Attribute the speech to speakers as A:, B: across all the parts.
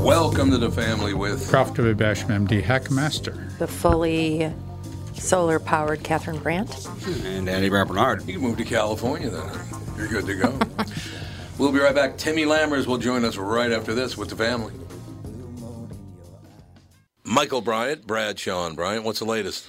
A: Welcome to the family with
B: Prof. W. Basham, MD, Hackmaster.
C: the fully solar powered Catherine Brandt.
D: And Andy Brad Bernard.
A: You can move to California then. You're good to go. we'll be right back. Timmy Lammers will join us right after this with the family. Michael Bryant, Brad Sean Bryant, what's the latest?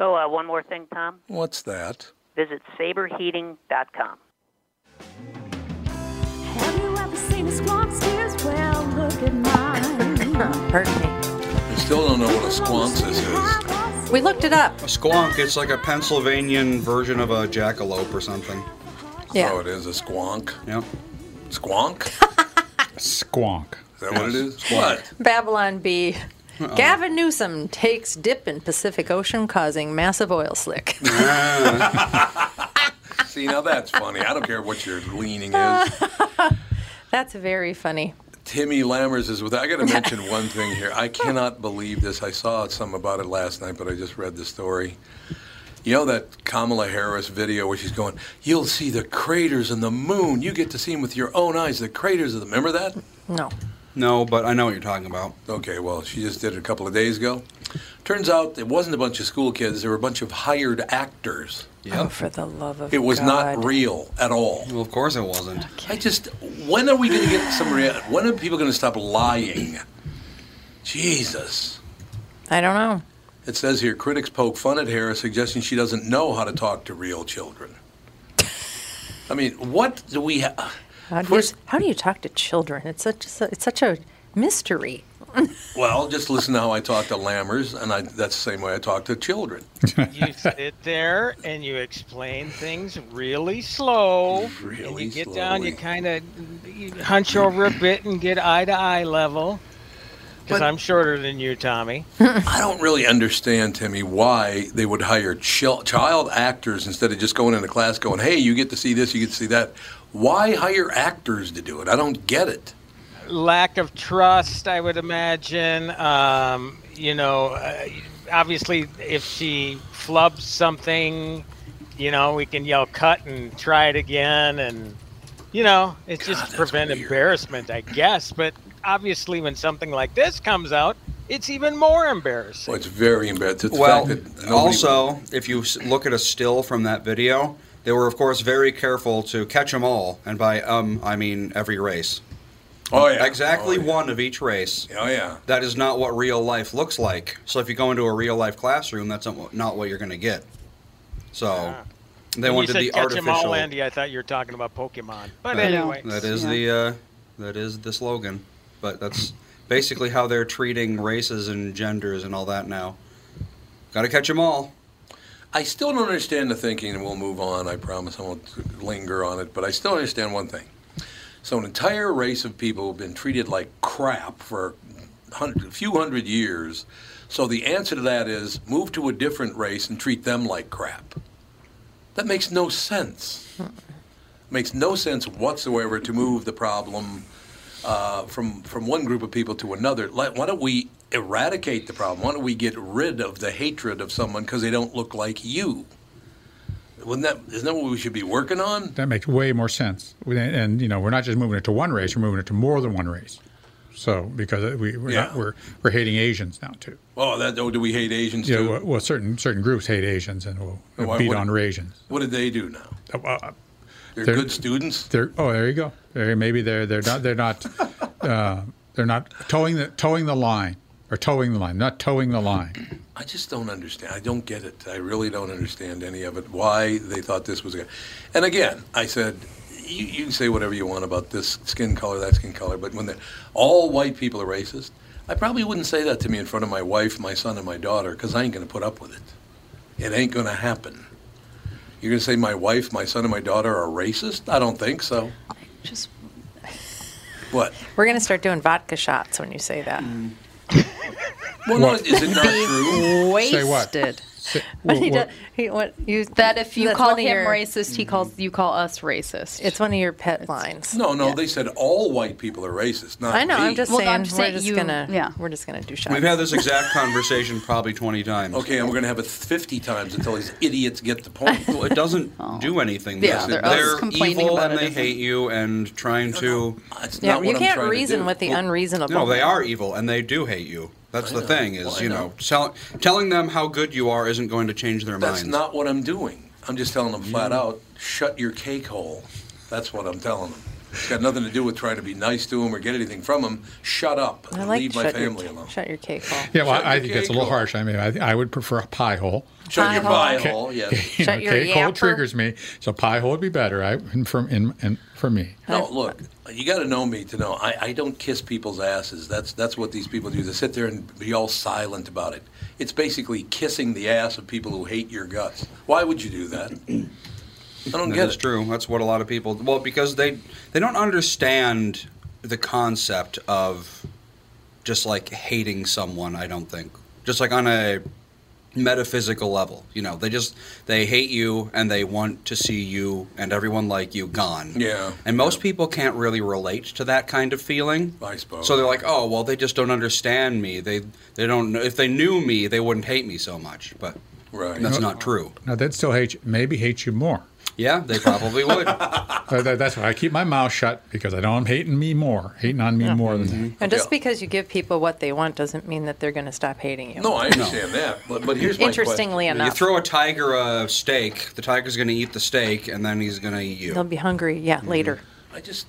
E: Oh, uh, one more thing, Tom.
A: What's that?
E: Visit saberheating.com.
F: Have you ever seen a squawk's tears? Well, look at mine.
C: Pardon me.
A: I still don't know what a squonsis is.
C: We looked it up.
D: A squonk, it's like a Pennsylvanian version of a jackalope or something.
A: Oh,
C: Yeah.
A: it is a squonk.
D: Yep.
A: Squonk?
B: Squonk.
A: Is that what it is? What?
C: Babylon B. Gavin Newsom takes dip in Pacific Ocean, causing massive oil slick.
A: See, now that's funny. I don't care what your leaning is.
C: That's very funny.
A: Timmy Lammers is with. I got to mention one thing here. I cannot believe this. I saw some about it last night, but I just read the story. You know that Kamala Harris video where she's going, "You'll see the craters in the moon. You get to see them with your own eyes. The craters of the." Remember that?
C: No.
D: No, but I know what you're talking about.
A: Okay, well, she just did it a couple of days ago. Turns out it wasn't a bunch of school kids. There were a bunch of hired actors.
C: Oh, for the love of
A: It was not
C: God.
A: real at all.
D: Well, of course it wasn't.
A: I just, when are we going to get some rea- When are people going to stop lying? Jesus.
C: I don't know.
A: It says here critics poke fun at Harris, suggesting she doesn't know how to talk to real children. I mean, what do we have?
C: How do, you,
A: First-
C: how do you talk to children? It's such a, it's such a mystery.
A: Well, just listen to how I talk to Lammers, and I, that's the same way I talk to children.
G: you sit there and you explain things really slow. and
A: Really
G: you get down, you
A: slowly.
G: kind of hunch over a bit and get eye to eye level. Because
A: But-
G: I'm shorter than you, Tommy.
A: I don't really understand, Timmy, why they would hire chil- child actors instead of just going into class going, hey, you get to see this, you get to see that. Why hire actors to do it? I don't get it.
G: Lack of trust, I would imagine. Um, you know, uh, obviously, if she flubs something, you know, we can yell cut and try it again and you know, it's just to prevent embarrassment, I guess. But obviously, when something like this comes out, it's even more embarrassing.
A: Well, it's very embarrassing. The
D: Well,
A: fact that nobody-
D: also, if you s- look at a still from that video, they were, of course, very careful to catch them all, and by um, I mean every race.
A: oh yeah,
D: Exactly
A: oh, yeah.
D: one of each race.
A: Oh yeah,
D: That is not what real life looks like. So if you go into a real life classroom, that's not what- not what you're going to get. So they
G: When you
D: wanted
G: said
D: the
G: catch 'em all,
D: artificial.
G: Andy. I thought you were talking about Pokemon. But
D: That-
G: anyway,
D: That is
H: Yeah.
D: the uh, that is the slogan, but that's basically how they're treating races and genders and all that now. Got to catch them all.
A: I still don't understand the thinking, and we'll move on. I promise I won't linger on it, but I still understand one thing. So, an entire race of people have been treated like crap for a hundred, a few hundred years. So, the answer to that is move to a different race and treat them like crap. That makes no sense. makes no sense whatsoever to move the problem uh, from from one group of people to another. Like, why don't we eradicate the problem? Why don't we get rid of the hatred of someone because they don't look like you? Wouldn't that isn't that what we should be working on?
B: That makes way more sense. We- And, and, you know, we're not just moving it to one race; we're moving it to more than one race. So because we, we're,
A: Yeah.
B: not, we're we're hating Asians now too.
A: Oh, that oh, do we hate Asians
B: Yeah,
A: too?
B: well, well, certain certain groups hate Asians and will will
A: Why-
B: beat
A: what-
B: on Asians.
A: What did they do now?
B: Uh, uh,
A: They're,
B: They're-
A: good students.
B: They're, oh, there you go. There, maybe they're they're not they're not uh, they're not towing the towing the line or towing the line, not towing the line.
A: I just don't understand. I don't get it. I really don't understand any of it. Why they thought this was a. And again, I said, you, you can say whatever you want about this skin color, that skin color, but when they're- all white people are racist, I probably wouldn't say that to me in front of my wife, my son, and my daughter because I ain't going to put up with it. It ain't going to happen. You're going to say my wife, my son, and my daughter are racist? I don't think so.
C: Just
A: What?
C: we're gonna start doing vodka shots when you say that.
A: Well, no, is it not true?
C: Wasted.
B: Say what? Say- wha-
C: But he
B: wha-
C: does- he- what- you-
I: That if you
C: that's
I: call
C: one of
I: him
C: your-
I: racist, he calls you call us racist.
C: it's one of your pet lines.
A: No, no, they said all white people are racist, not
C: I know.
A: me.
C: I'm just
I: Well, no,
C: saying.
I: I'm just
C: we're
I: saying
C: just
I: you-
C: gonna.
I: yeah.
C: We're just gonna do shots.
D: We've had this exact conversation probably 20 times.
A: Okay, and we're going to have it 50 times until these idiots get the point.
D: Well, it doesn't do anything.
I: Yeah,
D: does it?
I: they're always
D: they're
I: complaining
D: evil
I: about it,
D: and they
I: isn't it?
D: hate you and trying to.
A: That's
C: yeah,
A: not
C: you
A: what I'm
C: can't
A: trying to
C: reason
A: do.
C: with the
A: Well,
C: unreasonable.
D: No, they are evil and they do hate you. That's the thing is,
A: Well, I
D: you
A: know.
D: know, tell, telling them how good you are isn't going to change their
A: That's
D: minds.
A: not what I'm doing. I'm just telling them flat out, shut your cake hole. That's what I'm telling them. It's got nothing to do with trying to be nice to them or get anything from them. Shut up
C: I
A: and
C: like
A: leave my
C: shut
A: family
C: your,
A: alone.
C: Shut your cake hole.
B: yeah, well,
A: Shut
B: I
A: your
B: think that's a
A: cake
B: little
A: hole.
B: harsh. I mean, I, I would prefer a pie hole.
A: Shut your
C: Pie hole.
A: pie hole. Yes.
B: You
C: Shut your
B: cake hole
C: yapper.
B: triggers me, so pie hole would be better. I and from in and for me.
A: No, look, you got to know me to know. I, I don't kiss people's asses. That's that's what these people do. They sit there and be all silent about it. It's basically kissing the ass of people who hate your guts. Why would you do that? I don't get
D: That's
A: it.
D: true. That's what a lot of people. Well, because they they don't understand the concept of just like hating someone. I don't think just like on a metaphysical level. You know, they just they hate you and they want to see you and everyone like you gone.
A: Yeah.
D: And most people can't really relate to that kind of feeling.
A: I suppose.
D: So they're like, oh well, they just don't understand me. They they don't know if they knew me, they wouldn't hate me so much. But
A: Right.
D: that's not true.
B: Now that still hate you, maybe hate you more.
D: Yeah, they probably would.
B: Uh, that- that's why I keep my mouth shut because I know I'm hating me more, hating on me more than that.
C: And just
A: Okay.
C: because you give people what they want doesn't mean that they're going to stop hating you.
A: No, I understand that, but but here's my
C: Interestingly
A: question.
D: You
C: enough,
D: throw a tiger a steak, the tiger's going to eat the steak, and then he's going to eat
C: they'll
D: you.
C: be hungry. Yeah,
A: Mm-hmm.
C: later.
A: I just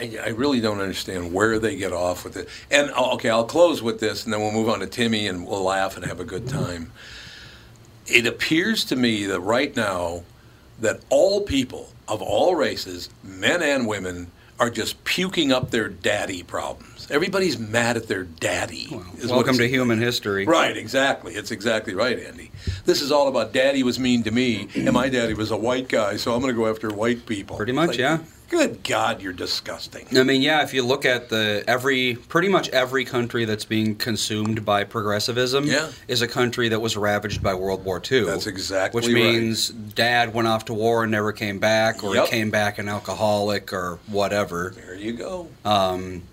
A: I, I really don't understand where they get off with it. And oh, okay, I'll close with this, and then we'll move on to Timmy, and we'll laugh and have a good time. It appears to me that right now, that all people of all races, men and women, are just puking up their daddy problems. Everybody's mad at their daddy. is what
D: Welcome
A: it's-
D: to human history.
A: Right, exactly. It's exactly right, Andy. This is all about daddy was mean to me, and my daddy was a white guy, so I'm going to go after white people.
D: Pretty much,
A: Like,
D: yeah.
A: Good God, you're disgusting.
D: I mean, yeah, if you look at the every pretty much every country that's being consumed by progressivism
A: Yeah.
D: is a country that was ravaged by World War II.
A: That's exactly
D: Which
A: right.
D: means dad went off to war and never came back, or
A: Yep.
D: he came back an alcoholic or whatever.
A: There you go.
D: Um,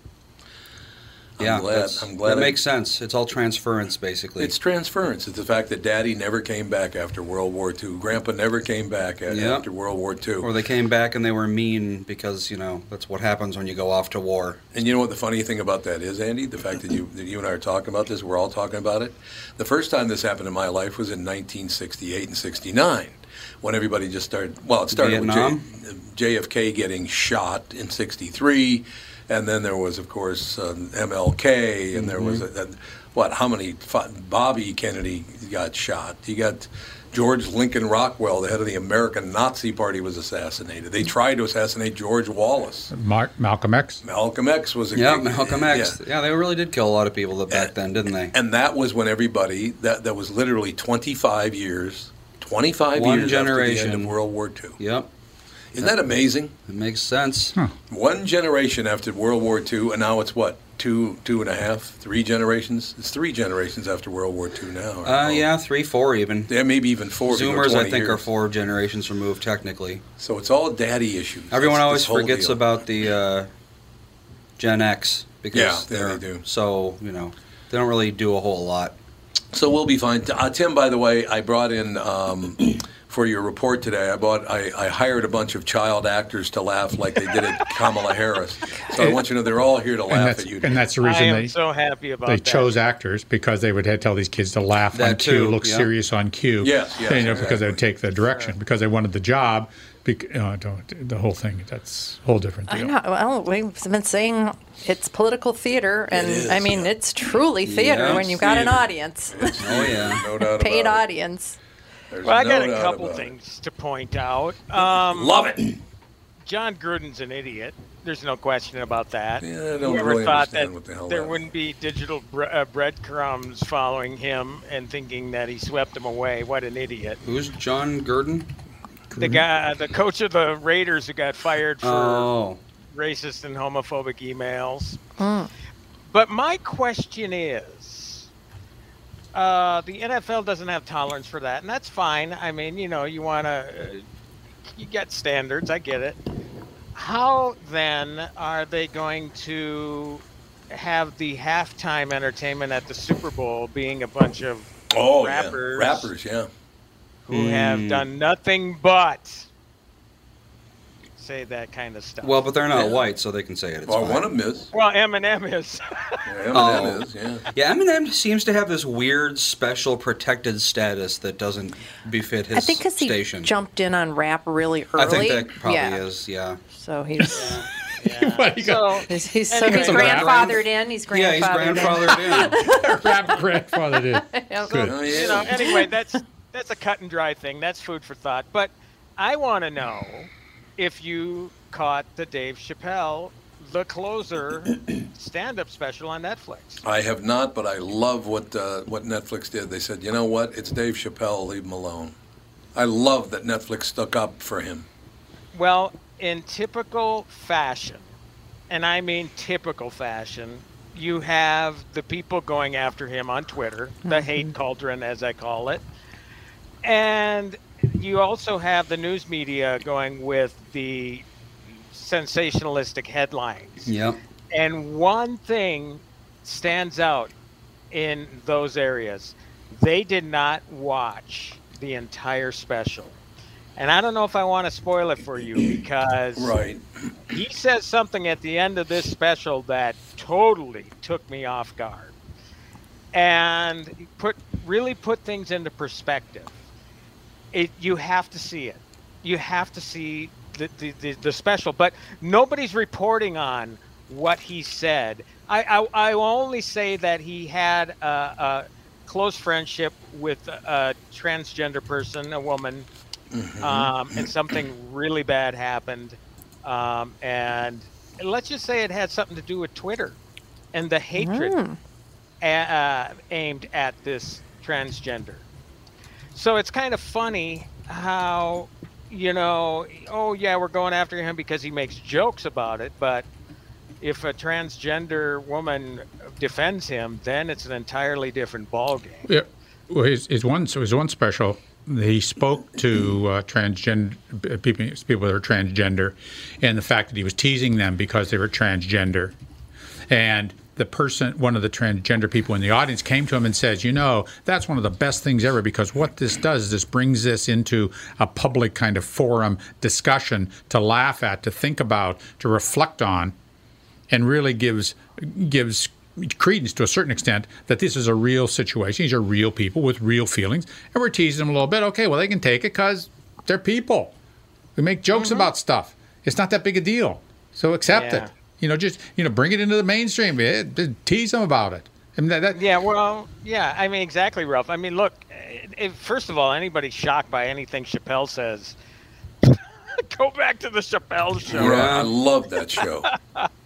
D: yeah,
A: glad-
D: that's-
A: I'm glad
D: that
A: I-
D: makes sense. It's all transference, basically.
A: It's transference. It's the fact that Daddy never came back after World War II. Grandpa never came back a-
D: Yeah.
A: after World War II.
D: or they came back and they were mean because you know that's what happens when you go off to war.
A: And you know what the funny thing about that is, Andy? The fact that you, that you and I are talking about this, we're all talking about it. The first time this happened in my life was in 1968 and 69, when everybody just started. Well, it started
D: Vietnam?
A: with J, JFK getting shot in 63, and then there was, of course, um, MLK, and there was, a, a- what, how many? fi- Bobby Kennedy got shot. You got. George Lincoln Rockwell, the head of the American Nazi Party, was assassinated. They tried to assassinate George Wallace.
B: Mark, Malcolm X.
A: Malcolm X was a
D: Yeah,
A: big-
D: Malcolm X.
A: yeah.
D: Yeah. they really did kill a lot of people back then, didn't they?
A: And that was when everybody that that was literally 25 years, 25
D: One
A: years after the end
D: generation.
A: of World War II.
D: Yep,
A: Isn't that amazing?
D: it makes sense.
A: One generation after World War II, and now it's what two, two and a half, three generations. It's three generations after World War II now. or-
D: Uh, yeah, three, four, even.
A: yeah, maybe even Oh. four. if you go
D: Zoomers, I
A: 20
D: think, are
A: years.
D: four generations removed technically.
A: So it's all daddy issues. It's
D: Everyone
A: this
D: always
A: whole
D: forgets
A: deal.
D: about the uh, Gen X because
A: Yeah, yeah,
D: they're
A: they do.
D: so you know they don't really do a whole lot.
A: So we'll be fine. Uh, Tim, by the way, I brought in um, for your report today. I bought, I, I hired a bunch of child actors to laugh like they did at Kamala Harris. So I want you to know they're all here to
B: And
A: laugh
B: that's,
A: at you.
B: and that's the
G: I
B: reason
G: am
B: they,
G: so happy about
B: they
G: that.
B: chose actors because they would have- tell these kids to laugh on
D: That
B: cue,
D: too,
B: look
D: yeah.
B: serious on cue.
A: Yes, yes,
B: you know, because they would
A: exactly.
B: take the direction because they wanted the job. Bec- uh, don't, the whole thing, that's a whole different
C: I
B: deal.
C: know. Well, we've been saying it's political theater, and
A: is,
C: I mean,
A: yeah.
C: it's truly theater
D: Yeah,
C: when you've got an
A: theater.
C: audience,
D: Oh yeah,
A: No doubt
C: paid
A: about it.
C: audience.
A: There's
G: Well, I
A: no
G: got a
A: doubt
G: couple
A: about it.
G: things to point out. Um,
A: Love it.
G: John Gruden's an idiot. There's no question about that.
A: Yeah, I don't
G: Whoever
A: really
G: thought
A: understand
G: that
A: what the hell
G: there
A: that-
G: wouldn't be digital bre- uh, breadcrumbs following him and thinking that he swept them away. What an idiot!
D: who's John Gurdon?
G: The guy, the coach of the Raiders, who got fired for
D: Oh,
G: racist and homophobic emails. But my question is uh, the NFL doesn't have tolerance for that, and that's fine. I mean, you know, you want to, uh, you get standards, I get it. How then are they going to have the halftime entertainment at the Super Bowl being a bunch of
A: Oh,
G: rappers
A: yeah. Rappers, yeah.
G: who
D: Hmm.
G: have done nothing but say that kind of stuff?
D: well, but they're not white, so they can say it. It's
A: Well,
D: fine.
A: Oh, one of them is.
G: well Eminem is.
A: Yeah, Eminem
D: Oh.
A: is, yeah.
D: Yeah, Eminem seems to have this weird, special, protected status that doesn't befit his
C: I think because he
D: station.
C: jumped in on rap really early.
D: I think that probably
C: yeah.
D: is. Yeah,
C: So he's
G: Yeah.
B: What, you got-
G: So-
C: he's, he's so
G: Anyway.
C: he's
G: Some
D: rap.
C: grandfathered in. He's grandfathered.
D: yeah, he's grandfathered in.
B: Rap grandfather did.
C: Yeah, so-
B: Good.
A: Oh,
G: you know,
A: yeah.
G: anyway, that's that's a cut and dry thing. That's food for thought. But I want to know if you caught the Dave Chappelle The Closer stand-up special on Netflix.
A: I have not, but I love what uh, what Netflix did. They said, you know what? It's Dave Chappelle. Leave him alone. I love that Netflix stuck up for him.
G: Well, in typical fashion, and I mean typical fashion, you have the people going after him on Twitter, the hate cauldron, as I call it. And you also have the news media going with the sensationalistic headlines.
D: yep.
G: And one thing stands out in those areas. They did not watch the entire special. And I don't know if I want to spoil it for you because
A: Right.
G: he says something at the end of this special that totally took me off guard and put really put things into perspective. It you have to see it. You have to see the the, the, the special, but nobody's reporting on what he said. I I, I will only say that he had a, a close friendship with a, a transgender person, a woman, um, and something really bad happened. Um, and let's just say it had something to do with Twitter and the hatred a- uh, aimed at this transgender. So it's kind of funny how, you know, oh yeah, we're going after him because he makes jokes about it, but if a transgender woman defends him, then it's an entirely different ballgame.
B: Yeah. Well, his, his one so his one special. He spoke to uh, transgender people, people that are transgender, and the fact that he was teasing them because they were transgender, and the person, one of the transgender people in the audience, came to him and says, "You know, that's one of the best things ever because what this does is this brings this into a public kind of forum discussion to laugh at, to think about, to reflect on, and really gives gives." Credence to a certain extent that this is a real situation. These are real people with real feelings, and we're teasing them a little bit. Okay, well they can take it because they're people. We make jokes about stuff. It's not that big a deal. So accept
G: Yeah.
B: it. You know, just you know, bring it into the mainstream. Eh, d- tease them about it. I mean, that, that,
G: Yeah, well, yeah. I mean, exactly, Ralph. I mean, look. eh, If, first of all, anybody shocked by anything Chappelle says, go back to the Chappelle show.
A: You know, I love that show,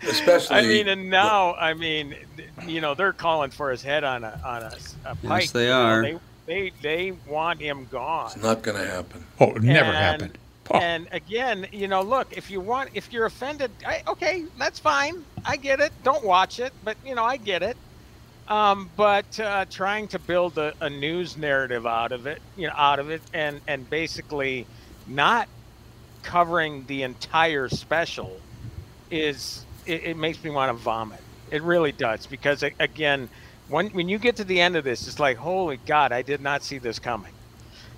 A: especially.
G: I mean, and now, I mean, th- you know, they're calling for his head on a on a, s- a pike.
D: they
G: you know,
D: are.
G: they, they they want him gone.
A: it's not going to happen.
B: oh, it never
G: And-
B: happened. Oh,
G: And again, you know, look, if you want, if you're offended, I, okay, that's fine. I get it. Don't watch it, but you know, I get it. Um, but uh, trying to build a, a news narrative out of it, you know, out of it, and and basically not covering the entire special is it, it makes me want to vomit. It really does because a- again, when when you get to the end of this, it's like, holy God, I did not see this coming.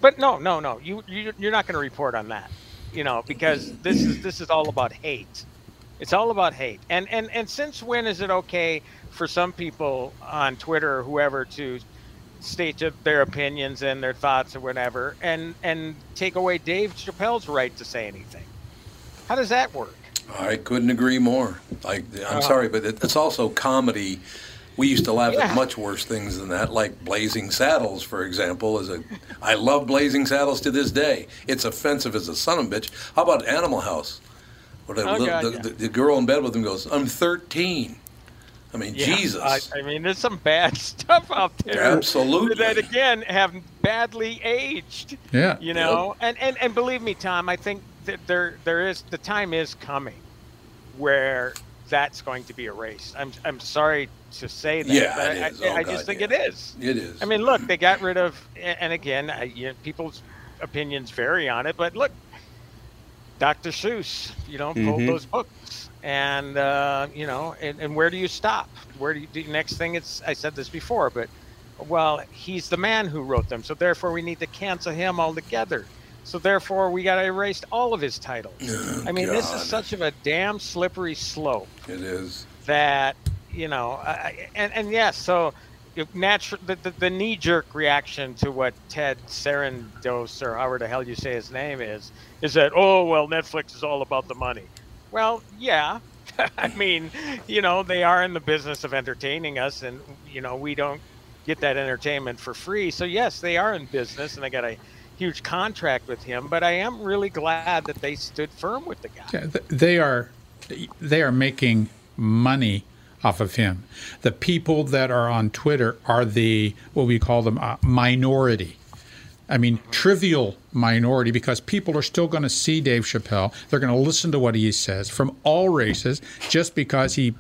G: But no, no, no. You, you you're not going to report on that, you know, because this is this is all about hate. It's all about hate. And and and since when is it okay for some people on Twitter or whoever to state ju- their opinions and their thoughts or whatever, and and take away Dave Chappelle's right to say anything? How does that work?
A: I couldn't agree more. I,
G: Uh-huh.
A: I'm sorry, but it, it's also comedy. We used to laugh
G: Yeah.
A: at much worse things than that, like Blazing Saddles, for example. Is a, I love Blazing Saddles to this day. It's offensive as a son of a bitch. How about Animal House? Where the,
G: Oh,
A: the,
G: God,
A: the,
G: yeah.
A: the, girl in bed with him goes, "I'm 13." I mean,
G: Yeah,
A: Jesus.
G: I, I mean, there's some bad stuff out there.
A: Absolutely.
G: That again have badly aged.
B: Oh, Yeah.
G: You know, and, and and believe me, Tom, I think that there there is the time is coming where that's going to be erased. I'm I'm sorry to say that.
A: Yeah,
G: but
A: it
G: I,
A: is.
G: I,
A: Oh,
G: I just
A: God,
G: think
A: yeah.
G: it is.
A: it is.
G: I mean, look, they got rid of, and again, I, you know, people's opinions vary on it, but look, Dr. Seuss, you know, pulled
A: Mm-hmm.
D: Mhm.
G: those books, and uh, you know, and, and where do you stop? Where do you? The next thing it's I said this before, but well, he's the man who wrote them, so therefore we need to cancel him altogether. So therefore we got to erase all of his titles. I mean, this
A: Oh, God.
G: is such of a damn slippery slope
A: it is.
G: that you know I, I- and and yes so natural the, the, the knee-jerk reaction to what ted sarandos or however the hell you say his name is is that oh well netflix is all about the money well yeah i mean you know they are in the business of entertaining us and you know we don't get that entertainment for free so yes they are in business and they got a huge contract with him but i am really glad that they stood firm with the guy
B: Yeah, th- they are they are making money off of him. The people that are on Twitter are the what we call them uh, minority. I mean, trivial minority because people are still going to see Dave Chappelle. They're going to listen to what he says from all races just because he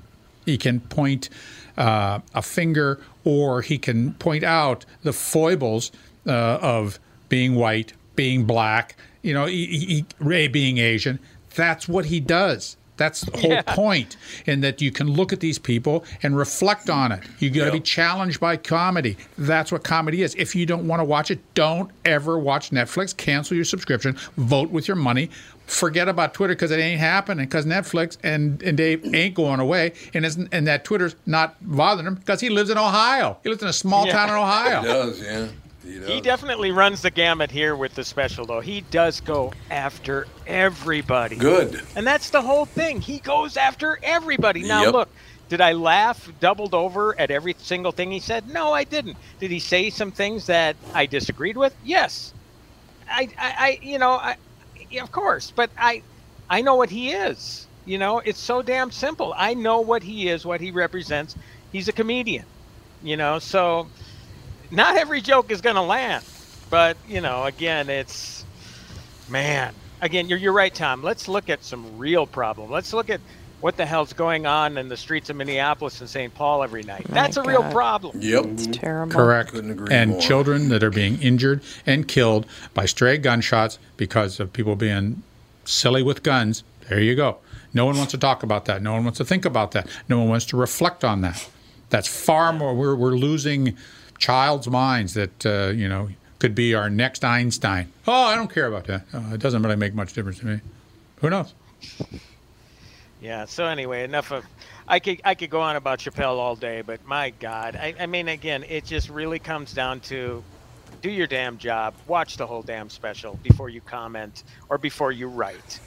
B: he can point uh, a finger or he can point out the foibles uh, of being white, being black, you know, he, he, he- Ray being Asian. That's what he does. That's the whole point, in that you can look at these people and reflect on it. You got to be challenged by comedy. That's what comedy is. If you don't want to watch it, don't ever watch Netflix. Cancel your subscription. Vote with your money. Forget about Twitter because it ain't happening. Because Netflix and, and Dave ain't going away, and isn't, and that Twitter's not bothering him because he lives in Ohio. He lives in a small
G: Yeah.
B: town in Ohio.
A: It does. Yeah. It does.
G: He definitely runs the gamut here with the special, though. He does go after everybody.
A: Good.
G: And that's the whole thing. He goes after everybody. Now,
A: Yep.
G: look, did I laugh doubled over at every single thing he said? No, I didn't. Did he say some things that I disagreed with? Yes. I, I, I you know, I, yeah, of course, but I, I know what he is. You know, it's so damn simple. I know what he is, what he represents. He's a comedian. You know, so not every joke is going to land, but you know, again, it's man. Again, you're you're right, Tom. Let's look at some real problem. Let's look at what the hell's going on in the streets of Minneapolis and St. Paul every night. That's a real
C: God.
G: problem.
A: Yep.
C: It's terrible.
B: Correct.
A: Couldn't agree
B: and
A: more.
B: children that are being injured and killed by stray gunshots because of people being silly with guns. There you go. No one wants to talk about that. No one wants to think about that. No one wants to reflect on that. That's far more. We're, we're losing child's minds that, uh, you know, could be our next Einstein. Oh, I don't care about that. Uh, it doesn't really make much difference to me. Who knows?
G: Yeah. So anyway, enough of. I could I could go on about Chappelle all day, but my God, I, I mean, again, it just really comes down to do your damn job, watch the whole damn special before you comment or before you write.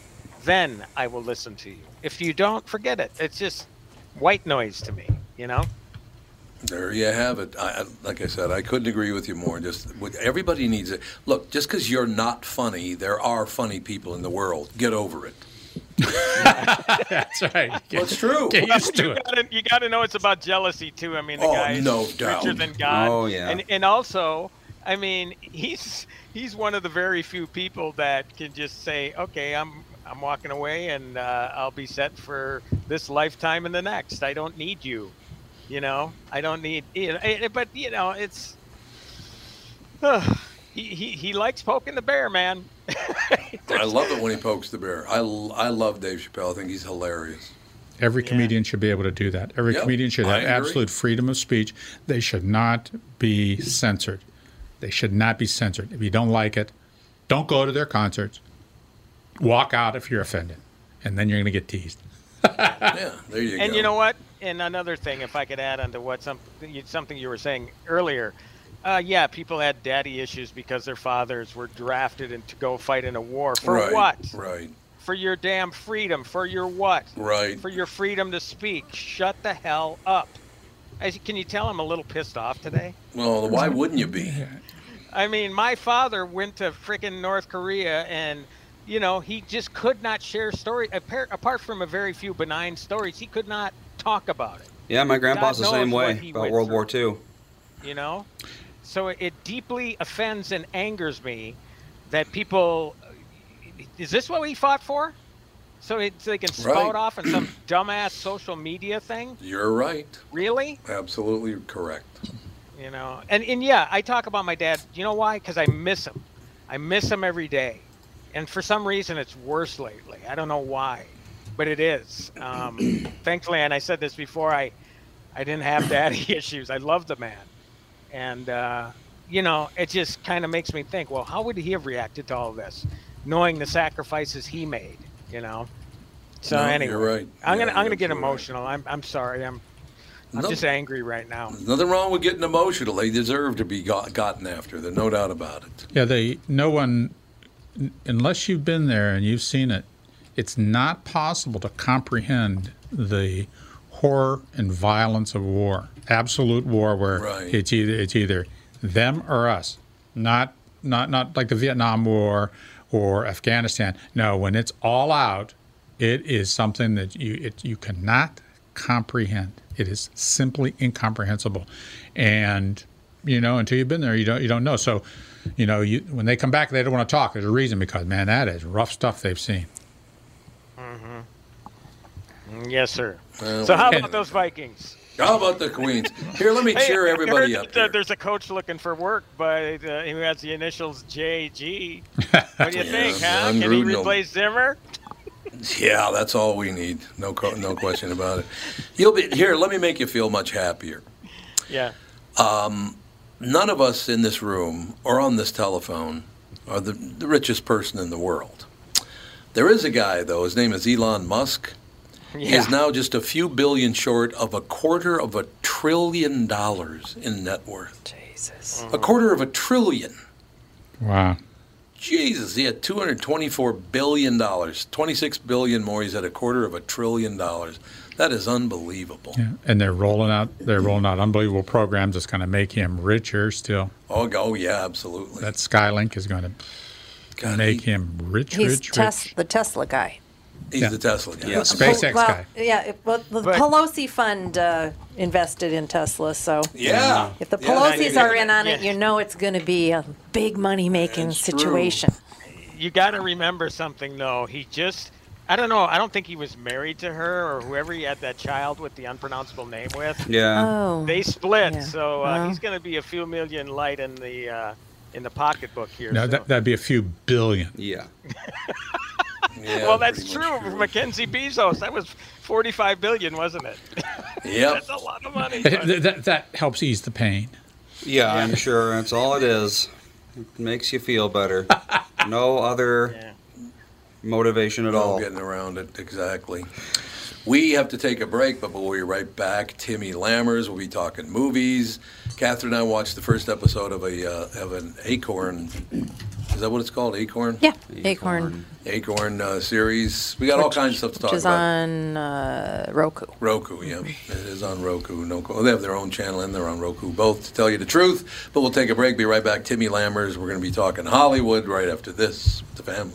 G: Then I will listen to you. If you don't, forget it. It's just white noise to me, you know.
A: There you have it. I, I, like I said, I couldn't agree with you more. Just what- everybody needs it. Look, just because you're not funny, there are funny people in the world. Get over it.
B: That's right.
A: Well, it's true.
B: Get used to it.
G: You gotta, you gotta know it's about jealousy too. I mean, the
A: Oh,
G: guy is
A: no doubt.
G: richer than God.
D: Oh, yeah.
G: And and also, I mean, he's he's one of the very few people that can just say, okay, I'm I'm walking away, and uh, I'll be set for this lifetime and the next. I don't need you. You know, I don't need. You know, eh, eh, but you know, it's. he, he he likes poking the bear, man.
A: I love it when he pokes the bear. I, l- I love Dave Chappelle. I think he's hilarious.
B: Every comedian should be able to do that. Every
A: Yep,
B: comedian should
A: I
B: have
A: agree.
B: absolute freedom of speech. They should not be censored. They should not be censored. If you don't like it, don't go to their concerts. Walk out if you're offended, and then you're going to get teased.
A: Yeah, there you go.
G: And you know what? And another thing, if I could add on to what some, you- something you were saying earlier, uh, yeah, people had daddy issues because their fathers were drafted and to go fight in a war for
A: right,
G: what?
A: Right.
G: For your damn freedom. For your what?
A: Right.
G: For your freedom to speak. Shut the hell up. As, can you tell I'm a little pissed off today?
A: Well, why wouldn't you be?
G: I mean, my father went to frickin' North Korea and, you know, he just could not share story apart, apart from a very few benign stories. He could not talk about it.
D: Yeah, my grandpa's
G: God
D: the same
G: knows what
D: way
G: he
D: about
G: went
D: World
G: through.
D: War II.
G: you know so it deeply offends and angers me that people is this what we fought for so, it, so they can spout
A: Right.
G: off on some dumbass social media thing
A: You're right.
G: really
A: Absolutely correct.
G: you know and, and yeah i talk about my dad you know why because i miss him i miss him every day and for some reason it's worse lately i don't know why but it is um, thankfully and i said this before i i didn't have daddy issues i love the man and uh, you know it just kind of makes me think well how would he have reacted to all this knowing the sacrifices he made you know so
A: No,
G: anyway
A: you're right.
G: i'm
A: Yeah,
G: gonna i'm gonna get
A: you're absolutely right.
G: emotional i'm, I'm sorry i'm i'm
A: No.
G: just angry right now
A: There's nothing wrong with getting emotional. They deserve to be got, gotten after. There's no doubt about it.
B: Yeah, they. No one, n- unless you've been there and you've seen it, it's not possible to comprehend the horror and violence of war, absolute war, where
A: Right.
B: it's either it's either them or us, not not not like the Vietnam War or Afghanistan. No, when it's all out, it is something that you it, you cannot comprehend. It is simply incomprehensible, and you know until you've been there, you don't you don't know. So, you know, you when they come back, they don't want to talk. There's a reason because man, that is rough stuff they've seen.
A: Mm-hmm.
G: Yes, sir.
A: Well,
G: so how
A: we-
G: about those Vikings?
A: How about the Queens? Here, let me cheer
G: I
A: everybody
G: heard
A: up.
G: that, uh,
A: Here.
G: There's a coach looking for work, but uh, who has the initials JG? What do you
A: Yeah,
G: think, huh?
A: I'm
G: Can he
A: rooting 'em.
G: replace Zimmer?
A: Yeah, that's all we need. No, co- no question about it. You'll be here. Let me make you feel much happier.
G: Yeah.
A: None of us in this room or on this telephone are the, the richest person in the world. There is a guy though. His name is Elon Musk. He
G: Yeah.
A: is now just a few billion short of a quarter of a trillion dollars in net worth.
C: Jesus.
A: A quarter of a trillion.
B: Wow.
A: Jesus, he had 224 billion dollars, 26 billion more. He's at a quarter of a trillion dollars. That is unbelievable.
B: Yeah, and they're rolling out they're rolling out unbelievable programs that's going to make him richer still.
A: Oh, go- oh yeah, absolutely.
B: That Skylink is going to
A: God,
B: make
A: he-
B: him rich,
C: He's
B: rich,
C: tes-
B: rich.
C: the Tesla guy.
A: He's the Tesla guy.
D: Yeah.
B: SpaceX
C: well,
B: guy.
C: Yeah, it- well, the
G: But-
C: Pelosi fund uh, invested in Tesla, so
A: Yeah.
C: if the
A: Yeah, I
C: Pelosi's
A: didn't
C: are
A: get
C: in on it,
G: Yeah.
C: you know it's going to be a big money making
A: That's true.
C: situation.
G: You got to remember something though. He just. I don't know. I don't think he was married to her or whoever he had that child with the unpronounceable name with.
D: Yeah.
C: Oh,
G: They split,
C: Yeah.
G: so uh,
C: Well.
G: he's going to be a few million light in the uh, in the pocketbook here.
B: No,
G: soon.
B: that, that'd be a few billion.
D: Yeah.
A: Yeah,
G: well, that's
A: pretty
G: true
A: much
G: for Mackenzie Bezos. That was 45 billion, wasn't it?
A: Yep.
G: That's a lot of money.
B: That, that, that helps ease the pain.
D: Yeah, I'm sure that's all it is. It makes you feel better. no other motivation at
C: Oh.
D: all.
A: No getting around it, exactly. We have to take a break, but we'll be right back. Timmy Lammers will be talking movies. Catherine and I watched the first episode of a uh, of an Acorn. Is that what it's called? Acorn.
C: Yeah, Acorn,
A: Acorn uh, series. We got all kinds of stuff to talk
C: which is
A: about.
C: on uh, Roku.
A: Roku, yeah, it is on Roku. No, co- they have their own channel and they're on Roku both. To tell you the truth, but we'll take a break. Be right back. Timmy Lammers. We're going to be talking Hollywood right after this. with The family.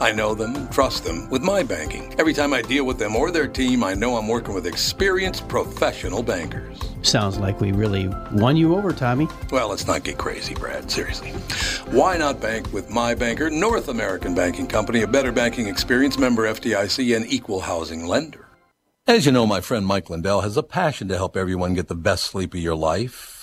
A: I know them and trust them with my banking. Every time I deal with them or their team, I know I'm working with experienced professional bankers.
H: Sounds like we really won you over, Tommy.
A: Well, let's not get crazy, Brad. Seriously. Why not bank with my banker, North American Banking Company, a better banking experience, member FDIC, and equal housing lender? As you know, my friend Mike Lindell has a passion to help everyone get the best sleep of your life.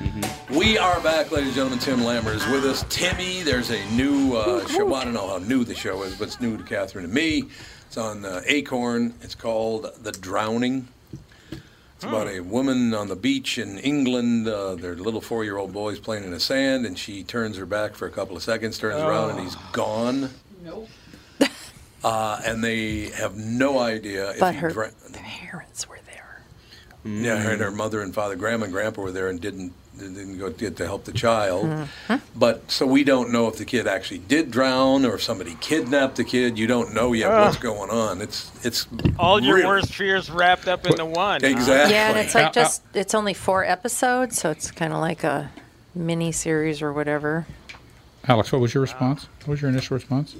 A: Mm-hmm. We are back, ladies and gentlemen. Tim Lammer is with us. Timmy, there's a new uh, show. Well, I don't know how new the show is, but it's new to Catherine and me. It's on uh, Acorn. It's called The Drowning. It's about a woman on the beach in England. Uh, their little four-year-old boy's playing in the sand, and she turns her back for a couple of seconds, turns around, and he's gone.
C: Nope.
A: Uh, and they have no idea if
C: But
A: he
C: her
A: dra-
C: parents were there.
A: yeah, her and her mother and father, grandma and grandpa were there and didn't didn't go get to help the child. But so we don't know if the kid actually did drown or if somebody kidnapped the kid. You don't know yet what's
G: Ah.
A: going on. It's it's
G: All your
A: really-
G: worst fears wrapped up into one. huh?
A: Exactly.
C: Yeah, and it's like
B: uh,
C: just it's only four episodes, so it's kind of like a mini series or whatever.
B: Alex, what was your response? What was your initial response?